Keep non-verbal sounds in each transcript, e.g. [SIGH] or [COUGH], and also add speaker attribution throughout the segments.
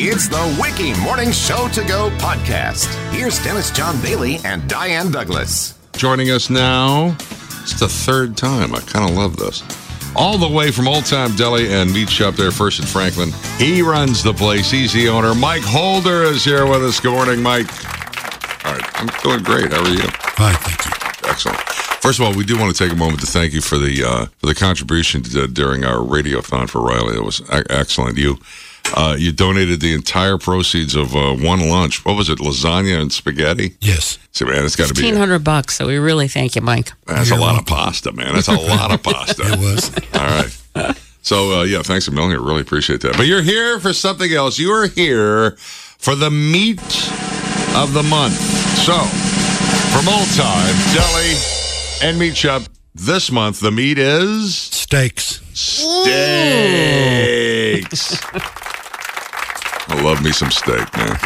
Speaker 1: It's the Wiki Morning Show to Go podcast. Here's Dennis John Bailey and Diane Douglas.
Speaker 2: Joining us now, it's the third time. I kind of love this. All the way from Old Time Deli and Meat Shop there first in Franklin. He runs the place. He's the owner. Mike Holder is here with us. Good morning, Mike. All right. I'm doing great. How are you?
Speaker 3: Hi, thank you.
Speaker 2: Excellent. First of all, we do want to take a moment to thank you for the uh, for the contribution to, during our radiothon for Riley. It was e- excellent. You uh, you donated the entire proceeds of uh, one lunch. What was it? Lasagna and spaghetti.
Speaker 3: Yes.
Speaker 2: See, man, it's got to be
Speaker 4: Fifteen hundred bucks. So we really thank you, Mike.
Speaker 2: that's a lot of pasta, man. That's a lot of
Speaker 3: It
Speaker 2: pasta.
Speaker 3: was.
Speaker 2: All right. So uh, yeah, thanks a million. I really appreciate that. But you're here for something else. You are here for the meat of the month. So from old time deli and meat shop this month, the meat is
Speaker 3: Steaks.
Speaker 2: steaks. I love me some steak, man.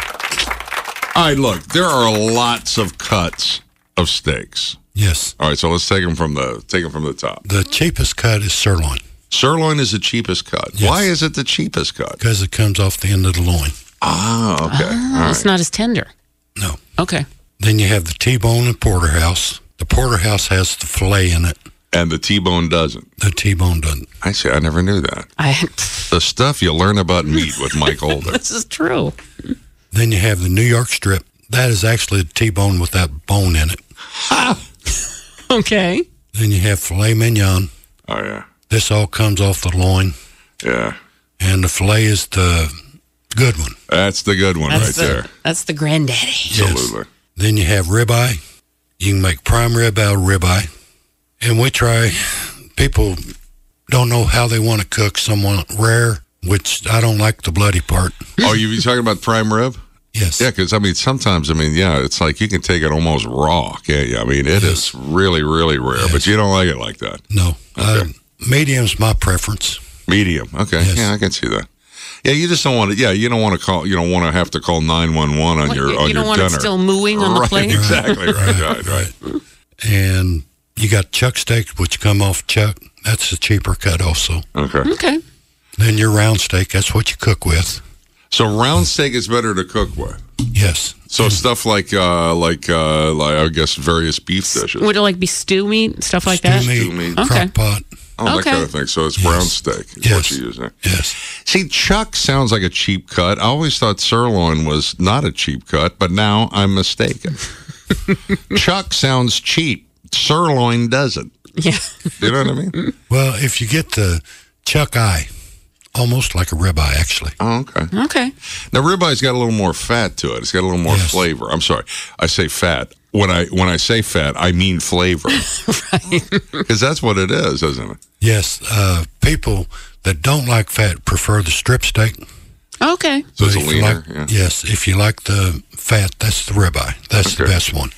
Speaker 2: All right, look, there are lots of cuts of steaks.
Speaker 3: Yes.
Speaker 2: All right, so let's take them from the take them from the top.
Speaker 3: The cheapest cut is sirloin
Speaker 2: Sirloin is the cheapest cut.
Speaker 3: Yes.
Speaker 2: Why is it the cheapest cut?
Speaker 3: because it comes off the end of the loin.
Speaker 2: Ah, okay. All right.
Speaker 4: It's not as tender.
Speaker 3: No.
Speaker 4: Okay.
Speaker 3: Then you have the T-bone and porterhouse. The porterhouse has the filet in it.
Speaker 2: And the T-bone doesn't.
Speaker 3: The T-bone doesn't.
Speaker 2: I see. I never knew that.
Speaker 4: I. [LAUGHS]
Speaker 2: The stuff you learn about meat with Mike Holder.
Speaker 4: This is true.
Speaker 3: Then you have the New York strip. That is actually a T-bone without bone in it.
Speaker 4: Okay.
Speaker 3: Then you have filet mignon.
Speaker 2: Oh yeah,
Speaker 3: This all comes off the loin,
Speaker 2: yeah.
Speaker 3: and the filet is the good one.
Speaker 2: That's the good one
Speaker 4: That's
Speaker 2: right
Speaker 4: the,
Speaker 2: there.
Speaker 4: That's the granddaddy.
Speaker 3: Yes.
Speaker 2: Absolutely.
Speaker 3: Then you have ribeye. You can make prime rib out of ribeye. And we try, people don't know how they want to cook. Some want it rare, which I don't like the bloody part.
Speaker 2: Oh, you be talking about prime rib?
Speaker 3: Yes.
Speaker 2: Yeah, because I mean, sometimes I mean, yeah, it's like you can take it almost raw, can't you? I mean, it is really, really rare, but you don't like it like that.
Speaker 3: No. Uh, medium's my
Speaker 2: [LAUGHS]
Speaker 3: preference.
Speaker 2: Medium, okay,
Speaker 3: Yes.
Speaker 2: yeah, I can see that. Yeah, you just don't want to. Yeah, you don't want to call. You don't want to have to call nine one one on
Speaker 4: What,
Speaker 2: your
Speaker 4: you
Speaker 2: on your
Speaker 4: you don't want
Speaker 2: dinner.
Speaker 4: it still mooing on the
Speaker 2: right,
Speaker 4: plate.
Speaker 2: exactly.
Speaker 4: [LAUGHS]
Speaker 2: Right, right, right.
Speaker 3: And you got chuck steaks, which come off chuck. That's the cheaper cut also.
Speaker 2: Okay.
Speaker 4: Okay.
Speaker 3: Then your round steak, that's what you cook with.
Speaker 2: So round steak is better to cook with.
Speaker 3: Yes.
Speaker 2: So stuff like uh like uh like I guess various beef dishes.
Speaker 4: Would it like be stew meat stuff like that?
Speaker 3: Stew
Speaker 2: meat.
Speaker 3: meat,
Speaker 4: Okay.
Speaker 3: crock pot.
Speaker 2: Oh, that
Speaker 4: Okay.
Speaker 2: kind of thing. So it's brown steak is what
Speaker 3: Yes.
Speaker 2: you use there.
Speaker 3: Yes.
Speaker 2: See, chuck sounds like a cheap cut. I always thought sirloin was not a cheap cut, but now I'm
Speaker 3: [LAUGHS]
Speaker 2: mistaken. chuck sounds cheap. Sirloin doesn't.
Speaker 4: Yeah. [LAUGHS]
Speaker 2: You know what I
Speaker 3: [LAUGHS]
Speaker 2: mean?
Speaker 3: Well, if you get the chuck eye, almost like a ribeye, actually.
Speaker 2: Oh, okay.
Speaker 4: Okay.
Speaker 2: Now ribeye's got a little more fat to it. It's got a little more
Speaker 3: Yes.
Speaker 2: flavor. I'm sorry, I say fat. When I when I say fat, I mean
Speaker 3: [LAUGHS]
Speaker 2: flavor. right. Because that's what it is, isn't it?
Speaker 3: Yes, uh, people that don't like fat prefer the strip steak.
Speaker 4: Okay.
Speaker 2: So it's a
Speaker 3: If you
Speaker 2: leaner.
Speaker 3: like-
Speaker 2: yeah.
Speaker 3: Yes, if you like the fat, that's the ribeye. That's the
Speaker 2: Okay.
Speaker 3: best one.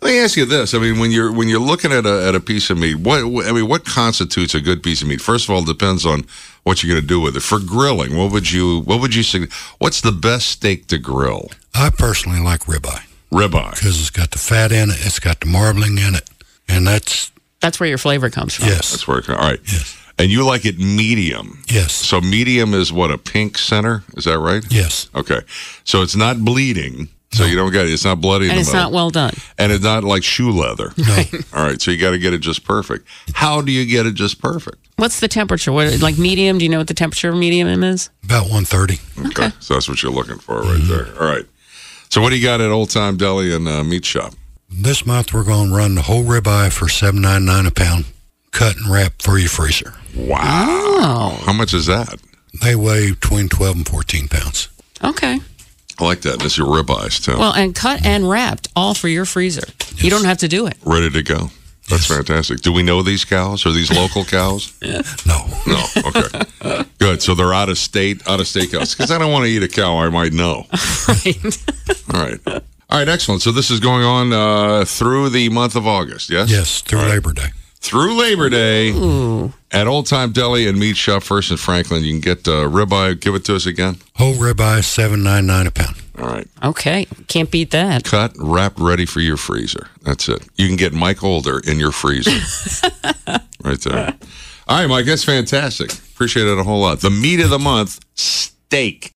Speaker 2: Let me ask you this: I mean, when you're when you're looking at a at a piece of meat, what I mean, what constitutes a good piece of meat? First of all, it depends on what you're going to do with it. For grilling, what would you what would you sug- What's the best steak to grill?
Speaker 3: I personally like ribeye
Speaker 2: Ribeye.
Speaker 3: because it's got the fat in it, it's got the marbling in it, and that's
Speaker 4: That's where your flavor comes from.
Speaker 2: Oh,
Speaker 3: yes,
Speaker 2: That's where. it co- All right.
Speaker 3: Yes.
Speaker 2: And you like it medium.
Speaker 3: yes,
Speaker 2: So medium is what a pink center. Is that right?
Speaker 3: yes,
Speaker 2: Okay. So it's not bleeding. So you don't get it. It's not bloody in
Speaker 4: And
Speaker 2: the
Speaker 4: it's
Speaker 2: middle.
Speaker 4: not well done.
Speaker 2: and it's not like shoe leather. [LAUGHS] All right. So you got to get it just perfect. How do you get it just perfect?
Speaker 4: What's the temperature? What like medium? Do you know what the temperature of medium is?
Speaker 3: about one thirty.
Speaker 2: Okay. So that's what you're looking for right there. All right. So what do you got at Old Time Deli and uh, Meat Shop?
Speaker 3: This month we're going to run the whole ribeye for seven nine nine a pound, cut and wrap for your freezer.
Speaker 2: Wow.
Speaker 4: Oh.
Speaker 2: How much is that?
Speaker 3: They weigh between twelve and fourteen pounds.
Speaker 4: Okay.
Speaker 2: I like that. That's your ribeyes too.
Speaker 4: Well, and cut and wrapped all for your freezer. You don't have to
Speaker 2: [LAUGHS]
Speaker 4: do it.
Speaker 2: Ready to go. That's fantastic. Do we know these cows? Are these
Speaker 4: [LAUGHS]
Speaker 2: local cows?
Speaker 3: No,
Speaker 2: No. Okay. Good. So they're out of state, out of state cows. Because I don't want to eat a cow I might know.
Speaker 4: Right.
Speaker 2: All right. All right, excellent. So this is going on uh, through the month of August, yes?
Speaker 3: yes, through Labor Day.
Speaker 2: Through Labor Day at Old Time Deli and Meat Shop First in Franklin. You can get uh, ribeye. Give it to us again.
Speaker 3: Whole ribeye seven nine nine a pound.
Speaker 2: All right.
Speaker 4: Okay. Can't beat that.
Speaker 2: Cut, wrapped, ready for your freezer. That's it. You can get Mike Older in your [LAUGHS] freezer. right there. All right, Mike. That's fantastic. Appreciate it a whole lot. The meat of the month, steak.